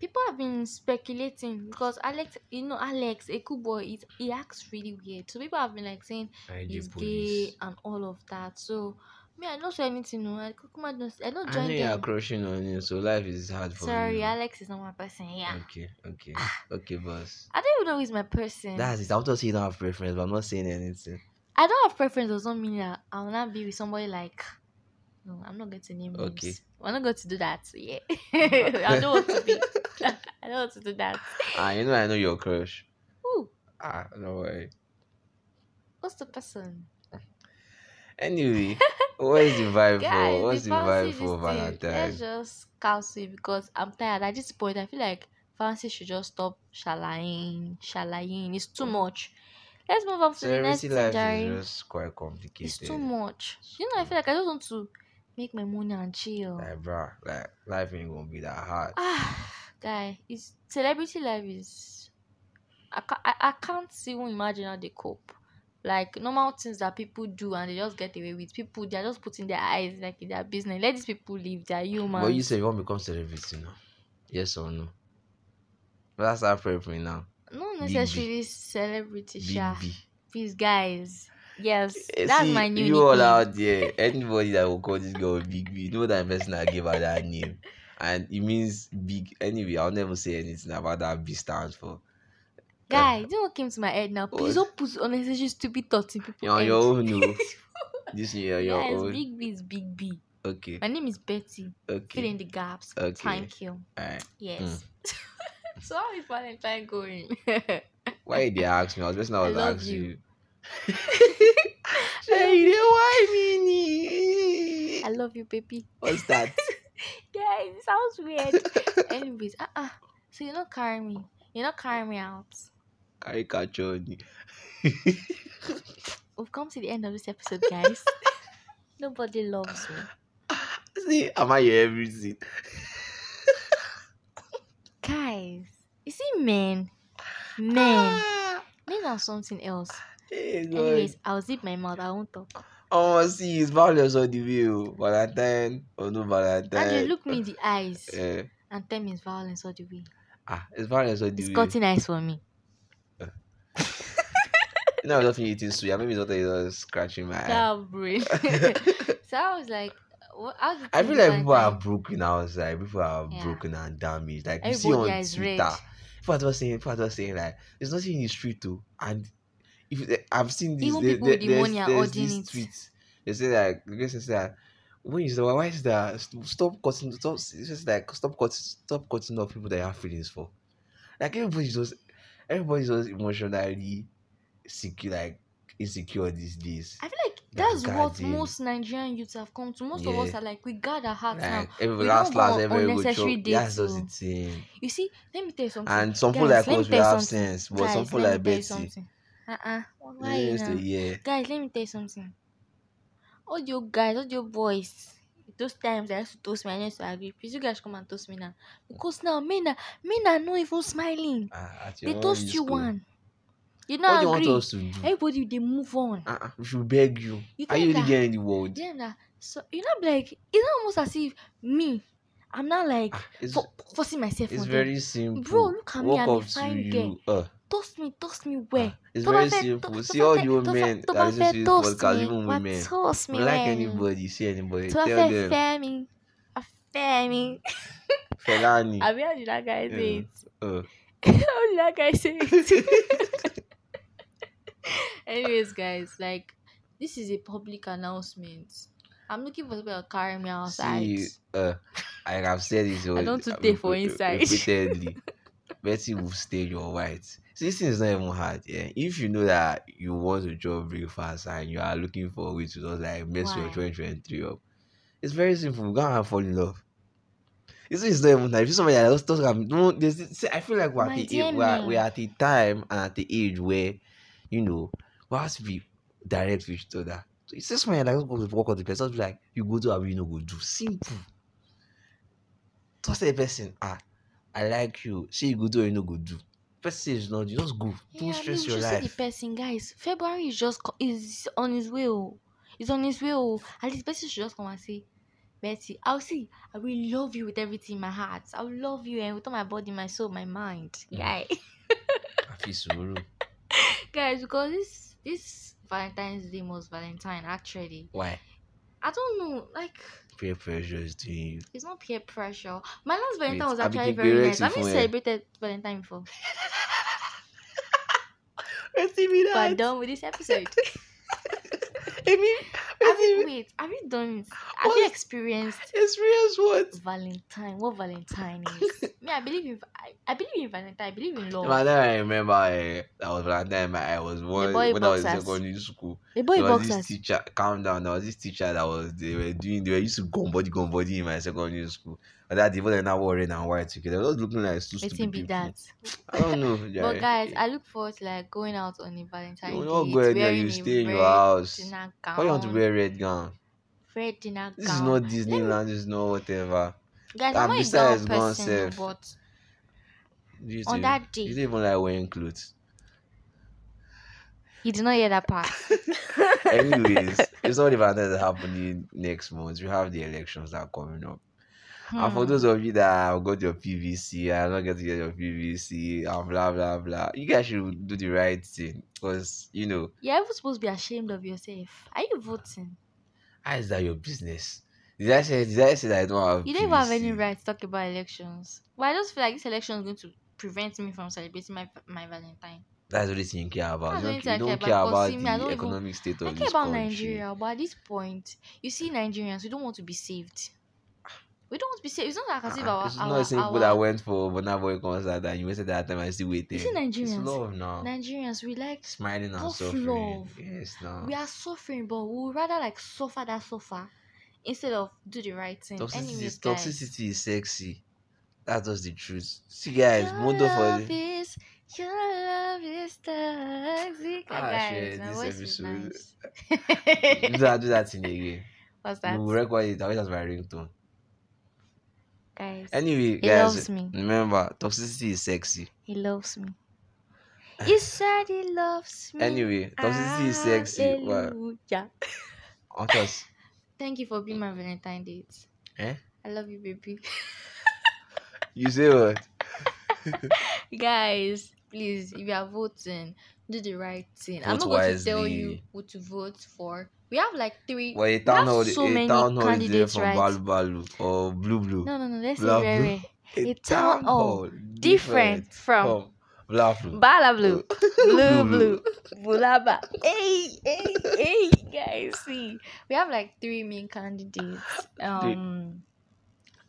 Speaker 1: people have been speculating because Alex, you know, Alex Ekubo, is he acts really weird. So people have been like saying
Speaker 2: I do
Speaker 1: he's gay
Speaker 2: police.
Speaker 1: and all of that. So me, I don't say anything. No, I kukuma don't. I don't
Speaker 2: I know
Speaker 1: join
Speaker 2: you are
Speaker 1: them.
Speaker 2: crushing on him, so life is hard for you
Speaker 1: Sorry,
Speaker 2: now.
Speaker 1: Alex is not my person. Yeah,
Speaker 2: Okay, okay,
Speaker 1: Ah.
Speaker 2: okay, boss.
Speaker 1: I don't even know who's my person.
Speaker 2: That's it. I want to say you don't have preference, but I'm not saying anything.
Speaker 1: I don't have preference. Doesn't mean that I will not be with somebody like. No, I'm not going to name
Speaker 2: Okay.
Speaker 1: names. We're not going to do that. Yeah, I don't want to be. I don't want to do that.
Speaker 2: ah, you know I know your crush.
Speaker 1: Ooh,
Speaker 2: Ah, no way.
Speaker 1: what's the person?
Speaker 2: Anyway, what's the vibe for?
Speaker 1: guys, the
Speaker 2: What's the vibe
Speaker 1: fancy this
Speaker 2: for
Speaker 1: thing. Let's
Speaker 2: Valentine?
Speaker 1: just cancel it because I'm tired. At this point, I feel like fancy should just stop shalaying, shalaying. It's too much. Let's move on to the
Speaker 2: Celebrity
Speaker 1: next thing,
Speaker 2: life is
Speaker 1: Jerry.
Speaker 2: just quite
Speaker 1: It's too
Speaker 2: complicated.
Speaker 1: much. You know, I
Speaker 2: Mm.
Speaker 1: feel like I just want to make my money and chill.
Speaker 2: Like, bruh, like life ain't gonna be that hard.
Speaker 1: Ah, guy, it's celebrity life is. I can't, I, I can't even imagine how they cope. like normal things that people do and they just get away with. People they are just putting their eyes like in their business. Let these people live. They are human.
Speaker 2: But you say you want to become celebrity now? Yes or no? Let's start praying for me now.
Speaker 1: Not
Speaker 2: Big B.
Speaker 1: necessarily celebrity,
Speaker 2: Big
Speaker 1: sha.
Speaker 2: B.
Speaker 1: Please, guys. Yes,
Speaker 2: Eh,
Speaker 1: that's
Speaker 2: See,
Speaker 1: my new
Speaker 2: you all
Speaker 1: nickname.
Speaker 2: out there. Anybody that will call this girl Big B, you know that person that gave her that name, and it means big. Anyway, I'll never say anything about that B stands for. Eh,
Speaker 1: Guy, you know what came to my head now? Please don't
Speaker 2: What?
Speaker 1: put unnecessary stupid thoughts in people's
Speaker 2: You're on
Speaker 1: head.
Speaker 2: your own, no. This year, you're
Speaker 1: Guys,
Speaker 2: on your own.
Speaker 1: Big B is Big B.
Speaker 2: Okay,
Speaker 1: My name is Betty.
Speaker 2: okay,
Speaker 1: Filling the gaps.
Speaker 2: Okay. Hmm.
Speaker 1: Thank you.
Speaker 2: alright.
Speaker 1: Yes. so how is Valentine going?
Speaker 2: Why they ask me? I was just now
Speaker 1: I
Speaker 2: was
Speaker 1: love
Speaker 2: ask
Speaker 1: you.
Speaker 2: you. Hey, they why me?
Speaker 1: I love you, baby.
Speaker 2: What's that?
Speaker 1: Guys, it sounds weird. Anyways, uh uh So you're not carrying me. You're not carrying me out.
Speaker 2: Caricature. on you.
Speaker 1: We've come to the end of this episode, guys. Nobody loves me.
Speaker 2: See, am I your everything?
Speaker 1: Guys, you see, men, men,
Speaker 2: Ah,
Speaker 1: men are something else.
Speaker 2: hey, God.
Speaker 1: Anyways, I'll zip my mouth. I won't talk.
Speaker 2: Oh, see, it's Valentine's on the view. Valentine or no Valentine.
Speaker 1: Andrew, look me in the eyes
Speaker 2: Eh,
Speaker 1: and tell me it's violence all the way.
Speaker 2: ah, it's Valentine's on the
Speaker 1: It's
Speaker 2: view.
Speaker 1: cutting eyes for me.
Speaker 2: You know, I love me eating sweet. I maybe something just scratching my eye.
Speaker 1: That brain. so I was like, what, how do
Speaker 2: I
Speaker 1: you
Speaker 2: feel
Speaker 1: do
Speaker 2: like people are
Speaker 1: Valentine?
Speaker 2: broken outside. People are
Speaker 1: Yeah.
Speaker 2: broken and damaged. Like you see on
Speaker 1: Everybody is red.
Speaker 2: Twitter, people are just saying, people are just saying like, there's nothing in the street too. And if they- I've seen this,
Speaker 1: Even
Speaker 2: there-
Speaker 1: people with
Speaker 2: there-
Speaker 1: pneumonia
Speaker 2: there's, there's
Speaker 1: ordering
Speaker 2: these
Speaker 1: it.
Speaker 2: tweets. They say like, the person say that when you say, why is that? St- Stop cutting. Stop. It's just like stop cutting. Stop cutting off people that you have feelings for. Like everybody's just, everybody's just emotionally secure, like insecure these days.
Speaker 1: I feel like
Speaker 2: That
Speaker 1: that's what
Speaker 2: garden.
Speaker 1: most Nigerian youths have come to. Most of
Speaker 2: Yeah.
Speaker 1: us are like, we guard our hearts now.
Speaker 2: Like every
Speaker 1: we
Speaker 2: last
Speaker 1: don't
Speaker 2: last
Speaker 1: go on
Speaker 2: every good
Speaker 1: unnecessary
Speaker 2: job. That's
Speaker 1: dates
Speaker 2: just the
Speaker 1: o.
Speaker 2: thing.
Speaker 1: You see, let me tell you something.
Speaker 2: And some people
Speaker 1: Guys,
Speaker 2: like
Speaker 1: let me
Speaker 2: us we
Speaker 1: tell you
Speaker 2: have
Speaker 1: something.
Speaker 2: sense, but
Speaker 1: Guys,
Speaker 2: some people
Speaker 1: let me
Speaker 2: like
Speaker 1: tell you
Speaker 2: Betty.
Speaker 1: something. Uh-uh. Why you
Speaker 2: Yes,
Speaker 1: now?
Speaker 2: yeah.
Speaker 1: Guys, let me tell you something. All you guys, all you boys, those times I used to toast me, I used to agree. Please, you guys come and toast me now. Because now, men are, men are not even smiling.
Speaker 2: Ah, at
Speaker 1: They
Speaker 2: your own
Speaker 1: toast
Speaker 2: risk.
Speaker 1: you
Speaker 2: oh.
Speaker 1: one. Eh? You
Speaker 2: What do
Speaker 1: not
Speaker 2: you want
Speaker 1: agree.
Speaker 2: us to do?
Speaker 1: Everybody, they move on.
Speaker 2: Uh, we should beg you.
Speaker 1: You
Speaker 2: Are
Speaker 1: think
Speaker 2: you really
Speaker 1: that-
Speaker 2: getting in the world?
Speaker 1: Then that, so, you know, like, it's not almost as if me, I'm not like
Speaker 2: Ah, it's
Speaker 1: for, forcing myself
Speaker 2: it's
Speaker 1: on them.
Speaker 2: very simple.
Speaker 1: look at me,
Speaker 2: Walk
Speaker 1: I'm a
Speaker 2: up to
Speaker 1: fine girl.
Speaker 2: you. Uh,
Speaker 1: Toast me, toast me where?
Speaker 2: ah, it's
Speaker 1: Tó bá
Speaker 2: very
Speaker 1: fẹ́-
Speaker 2: simple.
Speaker 1: tó- tó
Speaker 2: See
Speaker 1: bá
Speaker 2: all
Speaker 1: fẹ́-
Speaker 2: the old
Speaker 1: tó fẹ́-
Speaker 2: men
Speaker 1: tó
Speaker 2: that
Speaker 1: bá
Speaker 2: listen
Speaker 1: fẹ́
Speaker 2: to this
Speaker 1: toast
Speaker 2: podcast,
Speaker 1: mi,
Speaker 2: even
Speaker 1: wá
Speaker 2: women.
Speaker 1: toast mi
Speaker 2: Don't like
Speaker 1: wẹ́n.
Speaker 2: anybody, see anybody.
Speaker 1: Tó bá
Speaker 2: Tell
Speaker 1: fẹ́
Speaker 2: them,
Speaker 1: fẹ́ mi, wá fẹ́ mi.
Speaker 2: Felani.
Speaker 1: Abi, how did that guy say
Speaker 2: Mm. Yeah.
Speaker 1: it?
Speaker 2: Uh.
Speaker 1: How did that guy say it? Anyways, guys, like, this is a public announcement. I'm looking for people to carry me outside.
Speaker 2: See, uh, I have said this.
Speaker 1: I don't too take for inside.
Speaker 2: Repeatedly, Betty will stay your white. See, this thing is not even hard. Yeah, if you know that you want to chop breakfast and you are looking for a way to just like mess your
Speaker 1: Why?
Speaker 2: 2023 up, it's very simple. Go and fall in love. This is not even hard. If you somebody that just talks about no, there's this- see, I feel like we're at
Speaker 1: My
Speaker 2: the
Speaker 1: dear
Speaker 2: age, we're,
Speaker 1: man.
Speaker 2: we're at the time and at the age where, you know, we have to be direct with each other. So it's just when like just go to work with the person, just be like you go do, I you no go do. Simple. Just tell the person, ah, I like you. Say you go do, you no go do. Person says no, you just go. Don't
Speaker 1: Yeah, I mean,
Speaker 2: stress
Speaker 1: we
Speaker 2: your
Speaker 1: should see the
Speaker 2: life.
Speaker 1: person, guys. February is just co- is on his way. oh. He's on his way. oh. At least person should just come and say, Betty, I'll see. I will love you with everything in my heart. I'll love you and with all my body, my soul, my mind.
Speaker 2: Mm.
Speaker 1: Yeah,
Speaker 2: I feel sorrow.
Speaker 1: guys, because this this Valentine's Day was Valentine. Actually,
Speaker 2: Why?
Speaker 1: I don't know. Like,
Speaker 2: Peer pressure is doing you.
Speaker 1: it's not peer pressure. My last Valentine
Speaker 2: Wait,
Speaker 1: was
Speaker 2: Abi,
Speaker 1: actually
Speaker 2: take the
Speaker 1: very
Speaker 2: Rexy
Speaker 1: nice. Have you
Speaker 2: phone, eh?
Speaker 1: celebrated Valentine before?
Speaker 2: Betty be
Speaker 1: But I'm done with this episode. have you, wait, have you done it? Have you
Speaker 2: What?
Speaker 1: experienced
Speaker 2: It's real what?
Speaker 1: Valentine. What Valentine is? Me, I believe in I, I believe in Valentine. I believe in love.
Speaker 2: But then I remember eh, that was around time I was one
Speaker 1: boy
Speaker 2: when I was in
Speaker 1: boxers.
Speaker 2: secondary school.
Speaker 1: the boy
Speaker 2: there was this
Speaker 1: boxers.
Speaker 2: teacher. Calm down. There was this teacher that was they were doing. They were used to gombody gombody in my secondary school. But that they were now wearing and white together. They were just looking like two
Speaker 1: Letting
Speaker 2: stupid
Speaker 1: be
Speaker 2: people.
Speaker 1: that.
Speaker 2: I don't know.
Speaker 1: But
Speaker 2: Jare.
Speaker 1: guys, I look forward to like going out on a Valentine
Speaker 2: you
Speaker 1: date,
Speaker 2: not go anywhere.
Speaker 1: wearing
Speaker 2: You stay
Speaker 1: a
Speaker 2: in
Speaker 1: red
Speaker 2: your house.
Speaker 1: dinner
Speaker 2: Why you want to
Speaker 1: gown.
Speaker 2: wear red gown?
Speaker 1: Red dinner
Speaker 2: This is
Speaker 1: gown.
Speaker 2: not Disneyland. This is not whatever.
Speaker 1: Guys,
Speaker 2: and
Speaker 1: I'm not a
Speaker 2: besides,
Speaker 1: gown
Speaker 2: go on
Speaker 1: person,
Speaker 2: safe.
Speaker 1: but
Speaker 2: You
Speaker 1: on
Speaker 2: do-
Speaker 1: that
Speaker 2: you
Speaker 1: day,
Speaker 2: don't even like wearing clothes.
Speaker 1: You did not hear that part.
Speaker 2: Anyways, it's not even that's happening next month. We have the elections that are coming up. And Ah, for
Speaker 1: Hmm.
Speaker 2: those of you that have got your PVC, I not get to get your PVC, and blah blah blah. You guys should do the right thing, because you know,
Speaker 1: You're even supposed to be ashamed of yourself. Are you voting?
Speaker 2: how is that your business? Did I say? Did I say that I don't have?
Speaker 1: You don't even have any
Speaker 2: PVC?
Speaker 1: right to talk about elections. But I just feel like this election is going to prevent me from celebrating my my Valentine.
Speaker 2: That's the only thing you care about.
Speaker 1: That's
Speaker 2: You
Speaker 1: the only
Speaker 2: don't, you
Speaker 1: thing I
Speaker 2: don't
Speaker 1: care
Speaker 2: care
Speaker 1: about, 'cause
Speaker 2: about
Speaker 1: see me, I
Speaker 2: the
Speaker 1: don't even-
Speaker 2: economic state of
Speaker 1: I care
Speaker 2: this
Speaker 1: about
Speaker 2: country.
Speaker 1: Nigeria, but at this point, you see Nigerians, we don't want to be saved. We don't want to be saved. It's not like as if
Speaker 2: Uh-uh.
Speaker 1: our
Speaker 2: It's not the
Speaker 1: our,
Speaker 2: same people that
Speaker 1: our
Speaker 2: went for Bonaboy concert that you wasted that time and still waiting.
Speaker 1: see
Speaker 2: It's
Speaker 1: Nigerians,
Speaker 2: love now.
Speaker 1: Nigerians, we like
Speaker 2: Smiling and
Speaker 1: tough
Speaker 2: suffering.
Speaker 1: love.
Speaker 2: Yes, now.
Speaker 1: we are suffering, but we would rather like suffer that suffer instead of do the right thing.
Speaker 2: Toxicity,
Speaker 1: Anyways,
Speaker 2: is,
Speaker 1: guys,
Speaker 2: toxicity is sexy. That's just the truth. See, guys,
Speaker 1: your
Speaker 2: Mondo for
Speaker 1: love
Speaker 2: the.
Speaker 1: is your love is toxic. Ah,
Speaker 2: Ah,
Speaker 1: guys,
Speaker 2: shit,
Speaker 1: my
Speaker 2: this
Speaker 1: voice is
Speaker 2: episode.
Speaker 1: nice.
Speaker 2: Do that, do that thing again.
Speaker 1: What's that,
Speaker 2: We'll record it. I'll my ringtone.
Speaker 1: guys?
Speaker 2: Anyway,
Speaker 1: He
Speaker 2: guys,
Speaker 1: loves me.
Speaker 2: remember, toxicity is sexy.
Speaker 1: He loves me. He said he loves me. Ah, eh.
Speaker 2: Anyway, toxicity is sexy. Well,
Speaker 1: Hallelujah.
Speaker 2: on us.
Speaker 1: Thank you for being my Valentine date.
Speaker 2: Eh?
Speaker 1: I love you, baby.
Speaker 2: You say what?
Speaker 1: guys please if you are voting do the right thing i'm
Speaker 2: Vote
Speaker 1: not going to tell
Speaker 2: wisely.
Speaker 1: you who to vote for we have like three
Speaker 2: Well, a
Speaker 1: we
Speaker 2: town
Speaker 1: have
Speaker 2: hall,
Speaker 1: so
Speaker 2: a
Speaker 1: many
Speaker 2: town hall is there
Speaker 1: candidates
Speaker 2: from
Speaker 1: right
Speaker 2: Balu Balu or Blue Blue.
Speaker 1: no no no let's
Speaker 2: Blah,
Speaker 1: say rare
Speaker 2: blah.
Speaker 1: rare. a town hall different from
Speaker 2: from Blah Blue.
Speaker 1: bala blue blue
Speaker 2: Oh. Blue,
Speaker 1: blue bulaba hey hey hey guys see we have like three main candidates um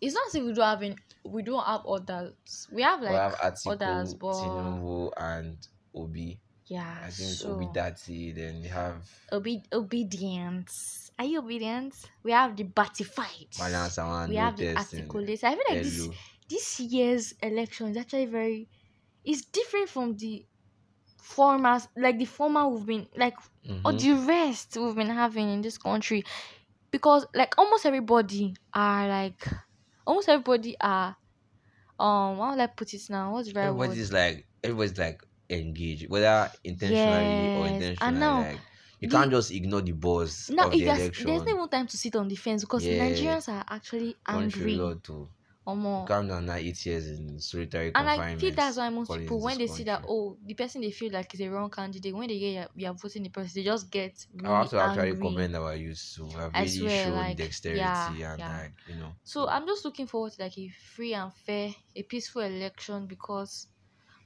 Speaker 1: it's not as if we don't have any, we don't have others we have
Speaker 2: we
Speaker 1: like
Speaker 2: have Atiku,
Speaker 1: others but
Speaker 2: Tinubu, and Obi.
Speaker 1: yeah
Speaker 2: I think it's
Speaker 1: so
Speaker 2: Obi Dati. Then we have
Speaker 1: Obe- obedience. Are you obedient? We have the batified.
Speaker 2: Malan Sawan.
Speaker 1: we
Speaker 2: no
Speaker 1: have the
Speaker 2: testing.
Speaker 1: articulates. I feel like this
Speaker 2: Hello.
Speaker 1: this year's election is actually very it's different from the former like the former we've been like or
Speaker 2: Mhm.
Speaker 1: the rest we've been having in this country because like almost everybody are like almost everybody are um how will I put it now? What's the right word?
Speaker 2: Everybody's like everybody's like engaged, whether intentionally or
Speaker 1: Yes, and
Speaker 2: intentionally.
Speaker 1: now
Speaker 2: like you
Speaker 1: the-
Speaker 2: can't just ignore the buzz
Speaker 1: now
Speaker 2: of
Speaker 1: if
Speaker 2: the
Speaker 1: there's, there's
Speaker 2: election.
Speaker 1: not even time to sit on the fence because
Speaker 2: Yeah.
Speaker 1: Nigerians are actually
Speaker 2: Country
Speaker 1: angry
Speaker 2: law too.
Speaker 1: or more.
Speaker 2: Calm down now eight years in solitary
Speaker 1: And I
Speaker 2: confinement.
Speaker 1: feel that's why most
Speaker 2: calling
Speaker 1: people,
Speaker 2: this
Speaker 1: when they see that,
Speaker 2: country.
Speaker 1: oh, the person they feel like is a wrong candidate, when they hear you are voting the person, they just get
Speaker 2: I
Speaker 1: really
Speaker 2: have to actually
Speaker 1: angry.
Speaker 2: commend our youths who have
Speaker 1: I
Speaker 2: really
Speaker 1: swear,
Speaker 2: shown
Speaker 1: like,
Speaker 2: dexterity
Speaker 1: yeah,
Speaker 2: and
Speaker 1: yeah.
Speaker 2: like you know.
Speaker 1: So I'm just looking forward to like a free and fair, a peaceful election because,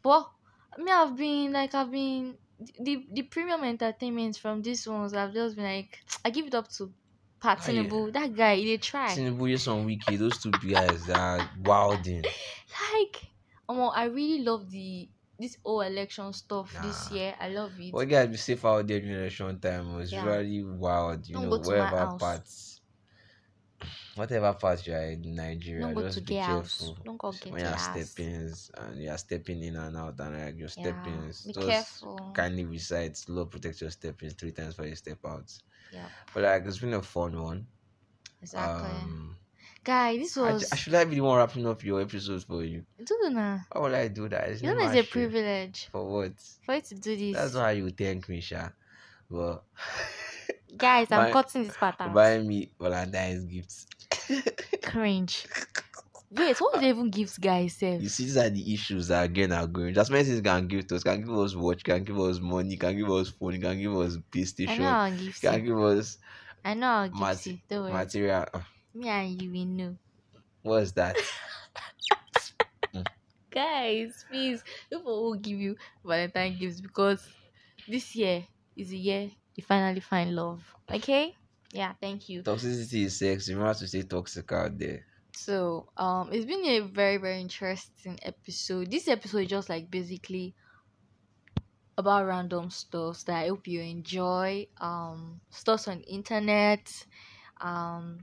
Speaker 1: but me, I've been like, I've been the the premium entertainment from these ones. I've just been like, I give it up to Pat
Speaker 2: Ah, yeah.
Speaker 1: Tinubu. That guy, he dey try.
Speaker 2: Tinubu just on wiki, those two guys that are wilding.
Speaker 1: like omo i really love the this whole election stuff this
Speaker 2: Nah.
Speaker 1: year i love it
Speaker 2: Well, you guys be safe out there during election time. It's
Speaker 1: Yeah.
Speaker 2: really wild, you
Speaker 1: Don't
Speaker 2: know,
Speaker 1: go to my
Speaker 2: wherever
Speaker 1: house.
Speaker 2: parts, whatever parts you are in Nigeria,
Speaker 1: don't go to
Speaker 2: just be
Speaker 1: their house
Speaker 2: careful
Speaker 1: don't go get
Speaker 2: when
Speaker 1: their
Speaker 2: you're
Speaker 1: house
Speaker 2: stepping and you're stepping in and out and like your
Speaker 1: yeah
Speaker 2: steppings.
Speaker 1: be
Speaker 2: Just
Speaker 1: careful
Speaker 2: kindly recite, Lord protect your steppings three times before you step out.
Speaker 1: Yep,
Speaker 2: But like, it's been a fun one.
Speaker 1: exactly
Speaker 2: Um,
Speaker 1: guy this
Speaker 2: I,
Speaker 1: was
Speaker 2: I should I be the one wrapping up your episodes for you?
Speaker 1: do na
Speaker 2: How will I do that? It's
Speaker 1: you know
Speaker 2: never
Speaker 1: it's a
Speaker 2: shame.
Speaker 1: privilege
Speaker 2: For what?
Speaker 1: for you to do this
Speaker 2: That's why you thank me, Sha. But
Speaker 1: guys i'm
Speaker 2: Buy-
Speaker 1: cutting this part out
Speaker 2: buy me Valentine's gifts.
Speaker 1: cringe wait what do they even give guys sef
Speaker 2: you see, these are the issues that again are going. As many things you can give to us, can give us watch, can give us money, can give us phone, can give
Speaker 1: i
Speaker 2: us
Speaker 1: know
Speaker 2: PlayStation,
Speaker 1: i'll give you
Speaker 2: can give us
Speaker 1: i know i'll give
Speaker 2: Mati-
Speaker 1: you don't worry
Speaker 2: material. Ah,
Speaker 1: me and you we know
Speaker 2: What's that?
Speaker 1: guys please people will give you valentine gifts because this year is the year you finally find love okay yeah thank you
Speaker 2: Toxicity is sex. Remember to stay toxic out there.
Speaker 1: so um it's been a very very interesting episode this episode is just like basically about random stuff that i hope you enjoy um stuff on the internet um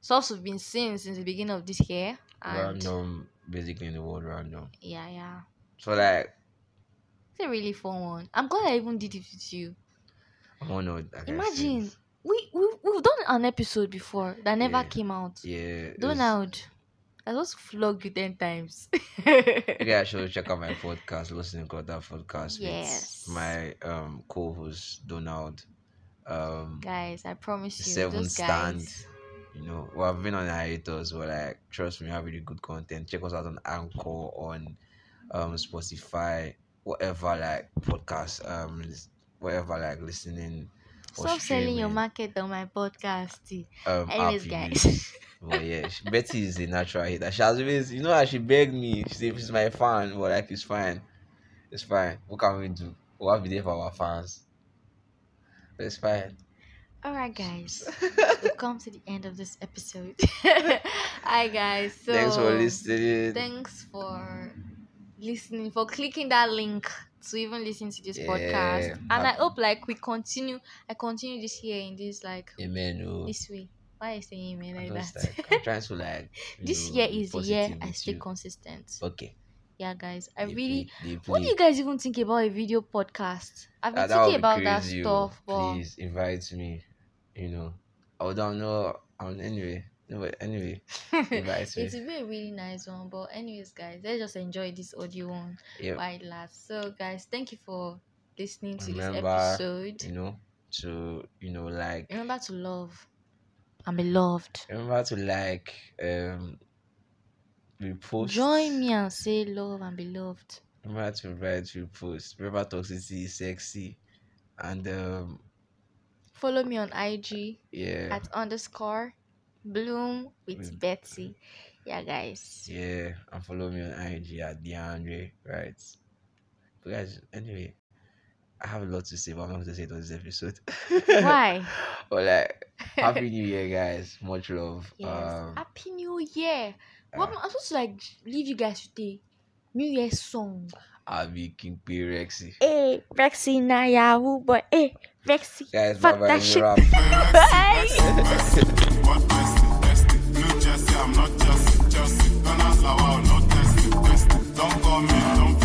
Speaker 1: stuff we've been seeing since the beginning of this year and
Speaker 2: Random, basically in the world, random.
Speaker 1: yeah yeah
Speaker 2: So, like,
Speaker 1: it's a really fun one i'm glad i even did it with you
Speaker 2: I'm honored. like I said.
Speaker 1: Imagine we, we we've done an episode before that never
Speaker 2: Yeah.
Speaker 1: came out.
Speaker 2: Yeah. it's-
Speaker 1: Donald, I just flog you 10 times.
Speaker 2: You guys should check out my podcast, listening to that podcast
Speaker 1: Yes.
Speaker 2: with my um co-host Donald. Um
Speaker 1: guys, I promise you,
Speaker 2: Seven
Speaker 1: those
Speaker 2: stand.
Speaker 1: guys.
Speaker 2: you know, we have been on hiatus, but like trust me, we have really good content. Check us out on Anchor, on um Spotify, whatever like podcast, um lis- whatever like listening or
Speaker 1: Stop selling your
Speaker 2: streaming,
Speaker 1: market on my podcast. T.
Speaker 2: um app
Speaker 1: Anyways,
Speaker 2: you
Speaker 1: guys.
Speaker 2: use. But yeah, she- Betty is a natural hater. She has always, you know, how she begged me. She said, she's my fan, but like, it's fine. It's fine. What can we do? We'll have there for our fans. But it's fine.
Speaker 1: Alright, guys. We've come to the end of this episode. Hi, guys. So,
Speaker 2: Thanks for listening.
Speaker 1: Thanks for listening, for clicking that link to even listen to this podcast.
Speaker 2: Yeah.
Speaker 1: And I hope, like, we continue. I continue this year in this, like,
Speaker 2: Amen. Oh.
Speaker 1: this way. Why are you saying amen
Speaker 2: I'm
Speaker 1: like
Speaker 2: just
Speaker 1: that?
Speaker 2: like, I'm trying to like. you
Speaker 1: this
Speaker 2: know,
Speaker 1: year
Speaker 2: be
Speaker 1: is the
Speaker 2: positive
Speaker 1: year I
Speaker 2: with
Speaker 1: stay
Speaker 2: you.
Speaker 1: consistent.
Speaker 2: Okay.
Speaker 1: Yeah, guys, I
Speaker 2: Dey
Speaker 1: really.
Speaker 2: play, dey
Speaker 1: What do
Speaker 2: play.
Speaker 1: you guys even think about a video podcast? I've been
Speaker 2: Ah, would
Speaker 1: thinking
Speaker 2: be
Speaker 1: about that
Speaker 2: crazy, oh.
Speaker 1: stuff, but
Speaker 2: please invite me. You know, I don't know. Um, anyway, no, but anyway, invite me.
Speaker 1: it will be a really nice one. But anyways, guys, let's just enjoy this audio one
Speaker 2: Yeah.
Speaker 1: while it lasts. So, guys, thank you for listening to
Speaker 2: Remember,
Speaker 1: this episode.
Speaker 2: you know, to you know, like
Speaker 1: Remember to love and be loved.
Speaker 2: remember to like um repost.
Speaker 1: Join me and say love and be loved.
Speaker 2: Remember to write repost. Remember toxicity is sexy, and um
Speaker 1: Follow me on IG
Speaker 2: yeah,
Speaker 1: at underscore bloom with
Speaker 2: With-
Speaker 1: Betsy. Yeah, guys.
Speaker 2: yeah, and follow me on IG at DeAndre. Right, but guys. Anyway, I have a lot to say, but I'm not going to say it on this episode.
Speaker 1: Why?
Speaker 2: but like, happy New Year, guys. Much love.
Speaker 1: Yes.
Speaker 2: Um,
Speaker 1: Happy New Year. What am
Speaker 2: uh,
Speaker 1: I supposed to like leave you guys today? New Year song.
Speaker 2: I'll be King P Rexy.
Speaker 1: Hey, Rexy Eh, na Yahoo, but eh, hey, Rexy.
Speaker 2: Guys,
Speaker 1: Fuck
Speaker 2: bye
Speaker 1: that
Speaker 2: bye. we
Speaker 1: shit.
Speaker 2: wrap.
Speaker 1: Bye.
Speaker 3: God bless it, bless it. No Jesse, I'm not Jesse, Jesse. Ghana flower, I'm not Jesse, Jesse. Don't call me, don't